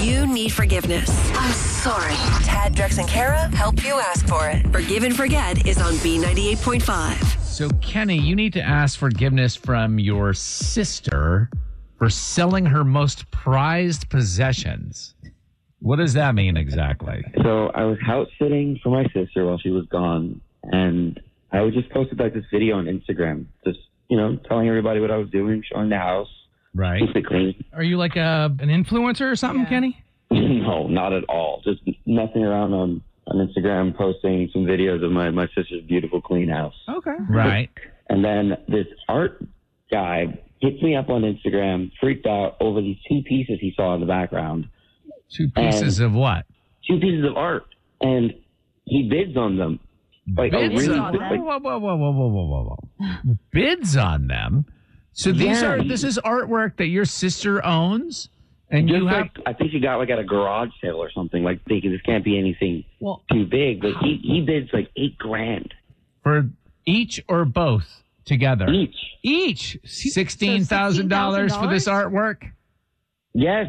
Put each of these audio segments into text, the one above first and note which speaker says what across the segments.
Speaker 1: You need forgiveness.
Speaker 2: I'm sorry.
Speaker 1: Tad, Drex, and Kara help you ask for it. Forgive and Forget is on B98.5.
Speaker 3: So, Kenny, you need to ask forgiveness from your sister for selling her most prized possessions. What does that mean exactly?
Speaker 4: So I was house sitting for my sister while she was gone, and I was just posted like this video on Instagram, just you know, telling everybody what I was doing, showing the house,
Speaker 3: Right.
Speaker 4: basically.
Speaker 5: Are you like a an influencer or something, Kenny?
Speaker 4: no, not at all. Just nothing around on on Instagram, posting some videos of my my sister's beautiful clean house,
Speaker 3: Oh.
Speaker 5: Okay.
Speaker 3: Right.
Speaker 4: and then this art guy hits me up on Instagram, freaked out over these two pieces he saw in the background.
Speaker 3: Two pieces of what?
Speaker 4: two pieces of art, and he bids on them. Like, a
Speaker 3: Bids
Speaker 4: really,
Speaker 3: on
Speaker 4: like,
Speaker 3: them. Whoa, whoa, whoa, whoa, whoa, whoa, whoa, whoa. Bids on them. So these
Speaker 4: Yeah.
Speaker 3: are this is artwork that your sister owns, and
Speaker 4: just
Speaker 3: you have
Speaker 4: like I think he got like at a garage sale or something. Like thinking this can't be anything
Speaker 3: Well-
Speaker 4: too big, but he he bids like eight grand
Speaker 3: for each or both together.
Speaker 4: each.
Speaker 3: Each sixteen thousand dollars for this artwork.
Speaker 4: Yes,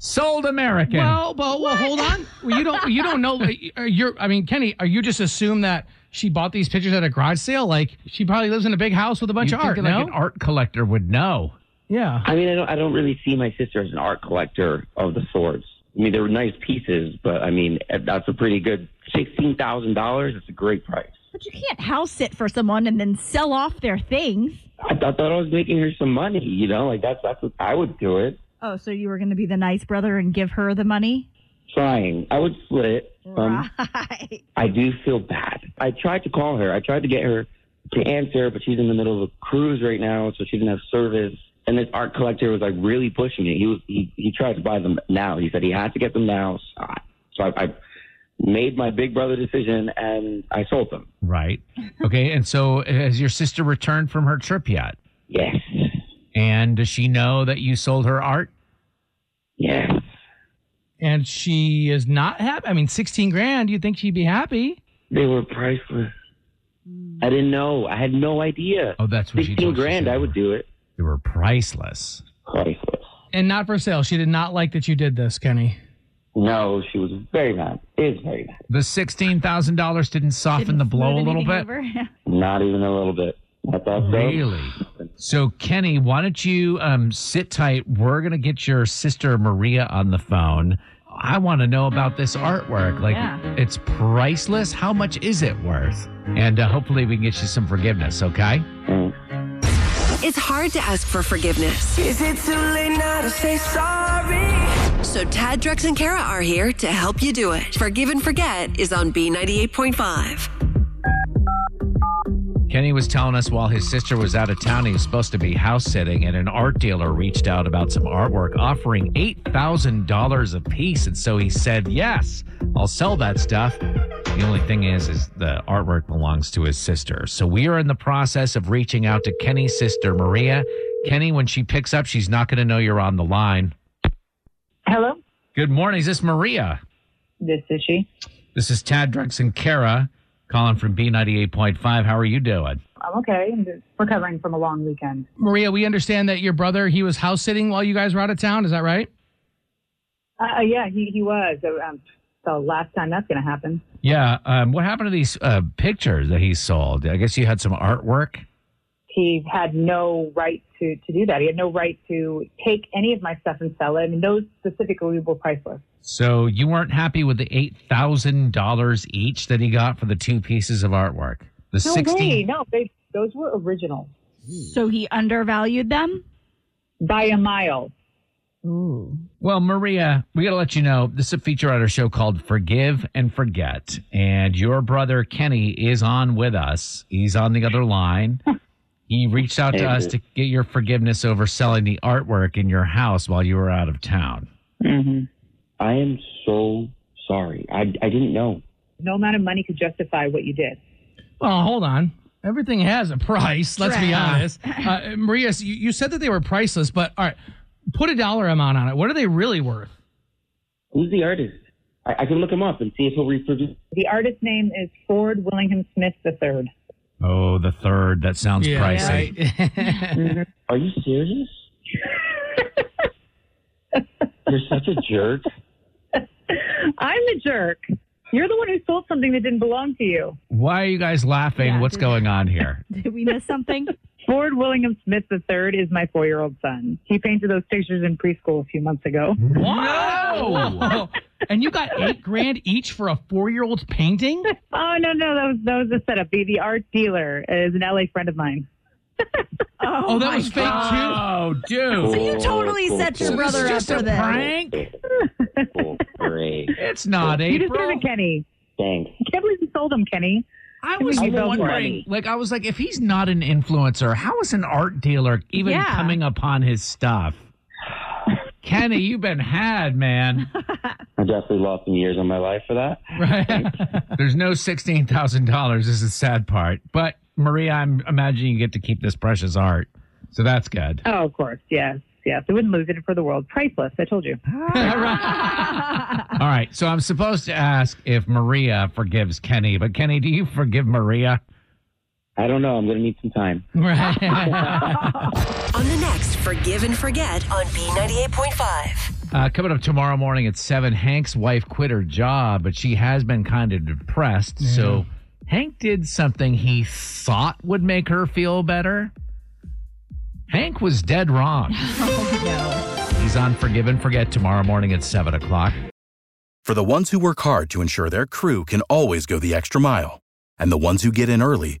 Speaker 3: Sold American.
Speaker 5: Well, well, well, hold on. Well, you don't you don't know. Are you I mean, Kenny, are you just assume that she bought these pictures at a garage sale? Like she probably lives in a big house with a bunch
Speaker 3: You'd
Speaker 5: of
Speaker 3: think
Speaker 5: art.
Speaker 3: that, like
Speaker 5: no?
Speaker 3: an art collector would know.
Speaker 5: yeah.
Speaker 4: I mean I don't I don't really see my sister as an art collector of the sorts. I mean they were nice pieces, but I mean eh, that's a pretty good sixteen thousand dollars. It's a great price.
Speaker 6: But you can't house sit for someone and then sell off their things.
Speaker 4: I thought, thought I was making her some money. You know, like that's that's what I would do it.
Speaker 6: Oh, so you were going to be the nice brother and give her the money?
Speaker 4: Trying, I would split. Um,
Speaker 6: right.
Speaker 4: I do feel bad. I tried to call her. I tried to get her to answer, but she's in the middle of a cruise right now, so she didn't have service. And this art collector was like really pushing it. He was he, he tried to buy them now. He said he had to get them now. So I, so I, I made my big brother decision and I sold them.
Speaker 3: Right. Okay. And so has your sister returned from her trip yet?
Speaker 4: Yes,
Speaker 3: And does she know that you sold her art?
Speaker 4: yes.
Speaker 5: And she is not happy. I mean, sixteen grand. You think she'd be happy?
Speaker 4: They were priceless. I didn't know. I had no idea.
Speaker 3: Oh, that's what she
Speaker 4: Fifteen
Speaker 3: told you.
Speaker 4: grand, I would do it.
Speaker 3: They were priceless.
Speaker 4: Priceless.
Speaker 5: And not for sale. She did not like that you did this, Kenny.
Speaker 4: No, she was very mad. Is very mad.
Speaker 3: The sixteen thousand dollars didn't soften the blow a little bit.
Speaker 4: Not even a little bit. I thought so.
Speaker 3: Really? So, Kenny, why don't you um, sit tight? We're going to get your sister Maria on the phone. I want to know about this artwork. Like,
Speaker 6: Yeah.
Speaker 3: it's priceless. How much is it worth? And uh, hopefully, we can get you some forgiveness, okay?
Speaker 4: Mm.
Speaker 1: It's hard to ask for forgiveness.
Speaker 7: Is it too late now to say sorry?
Speaker 1: So Tad, Drex, and Kara are here to help you do it. Forgive and Forget is on B98.5.
Speaker 3: Kenny was telling us while his sister was out of town, he was supposed to be house sitting, and an art dealer reached out about some artwork offering $8,000 a piece. And so he said, Yes, I'll sell that stuff. The only thing is, is the artwork belongs to his sister. So we are in the process of reaching out to Kenny's sister, Maria. Kenny, when she picks up, she's not going to know you're on the line.
Speaker 8: Hello,
Speaker 3: Good morning. Is this Maria?
Speaker 8: this is she.
Speaker 3: This is Tad Drex and Kara calling from B98.5. How are you doing?
Speaker 8: I'm okay. I'm just recovering from a long weekend.
Speaker 5: Maria, we understand that your brother he was house sitting while you guys were out of town. Is that right?
Speaker 8: Uh, yeah, he, he was. Uh, Um, the last time that's going to happen.
Speaker 3: Yeah. Um, what happened to these uh, pictures that he sold? I guess you had some artwork.
Speaker 8: He had no right to, to do that. He had no right to take any of my stuff and sell it. I mean, those specifically were priceless.
Speaker 3: So you weren't happy with the eight thousand dollars each that he got for the two pieces of artwork. The
Speaker 8: No way.
Speaker 3: sixteen.
Speaker 8: No, they, those were original
Speaker 6: So he undervalued them?
Speaker 8: by a mile.
Speaker 6: Ooh.
Speaker 3: Well, Maria, we got to let you know this is a feature on our show called "Forgive and Forget," and your brother Kenny is on with us. He's on the other line. He reached out to us to get your forgiveness over selling the artwork in your house while you were out of town.
Speaker 8: Mm-hmm.
Speaker 4: I am so sorry. I, I didn't know.
Speaker 8: No amount of money could justify what you did.
Speaker 5: Well, hold on. Everything has a price. Let's be
Speaker 6: Right.
Speaker 5: honest. Uh, Maria, so you, you said that they were priceless, but all right, put a dollar amount on it. What are they really worth?
Speaker 4: Who's the artist? I, I can look him up and see if he'll reproduce.
Speaker 8: The artist's name is Ford Willingham Smith III.
Speaker 3: Oh, the third. That sounds pricey.
Speaker 4: Are you serious? You're such a jerk.
Speaker 8: I'm the jerk. You're the one who sold something that didn't belong to you.
Speaker 3: Why are you guys laughing?
Speaker 6: Yeah,
Speaker 3: What's
Speaker 6: did-
Speaker 3: going on here?
Speaker 6: Did we miss something?
Speaker 8: Ford Willingham Smith III is my four year old son. He painted those pictures in preschool a few months ago.
Speaker 5: Mm-hmm. Wow. and you got eight grand each for a four year old's painting?
Speaker 8: Oh, no, no, that was, that was a setup. The, the art dealer is an LA friend of mine.
Speaker 6: Oh,
Speaker 5: Oh, that
Speaker 6: my
Speaker 5: was fake
Speaker 6: God.
Speaker 5: too.
Speaker 3: Oh, dude.
Speaker 6: So you totally set your
Speaker 4: So
Speaker 6: brother up
Speaker 3: Just
Speaker 6: for
Speaker 3: a
Speaker 6: this.
Speaker 3: prank?
Speaker 4: Oh, great.
Speaker 3: It's not
Speaker 8: You just
Speaker 3: April.
Speaker 8: it, Kenny.
Speaker 4: Thanks.
Speaker 8: I can't believe you sold him, Kenny.
Speaker 3: I was
Speaker 8: I love
Speaker 3: wondering,
Speaker 8: money.
Speaker 3: like, I was like, if he's not an influencer, how is an art dealer even
Speaker 6: Yeah.
Speaker 3: coming upon his stuff? Kenny, you've been had, man.
Speaker 4: I definitely lost some years of my life for that.
Speaker 5: Right.
Speaker 3: There's no sixteen thousand dollars. Is the sad part. But Maria, I'm imagining you get to keep this precious art, so that's good.
Speaker 8: Oh, of course. Yes, yes. We wouldn't lose it for the world. Priceless, I told you.
Speaker 3: All right. So I'm supposed to ask if Maria forgives Kenny, but Kenny, do you forgive Maria?
Speaker 4: I don't know. I'm going to need some time.
Speaker 5: Right.
Speaker 1: On the next Forgive and Forget on B98.5.
Speaker 3: Uh, coming up tomorrow morning at 7, Hank's wife quit her job, but she has been kind of depressed. So Hank did something he thought would make her feel better. Hank was dead wrong. He's on Forgive and Forget tomorrow morning at 7 o'clock.
Speaker 2: For the ones who work hard to ensure their crew can always go the extra mile, and the ones who get in early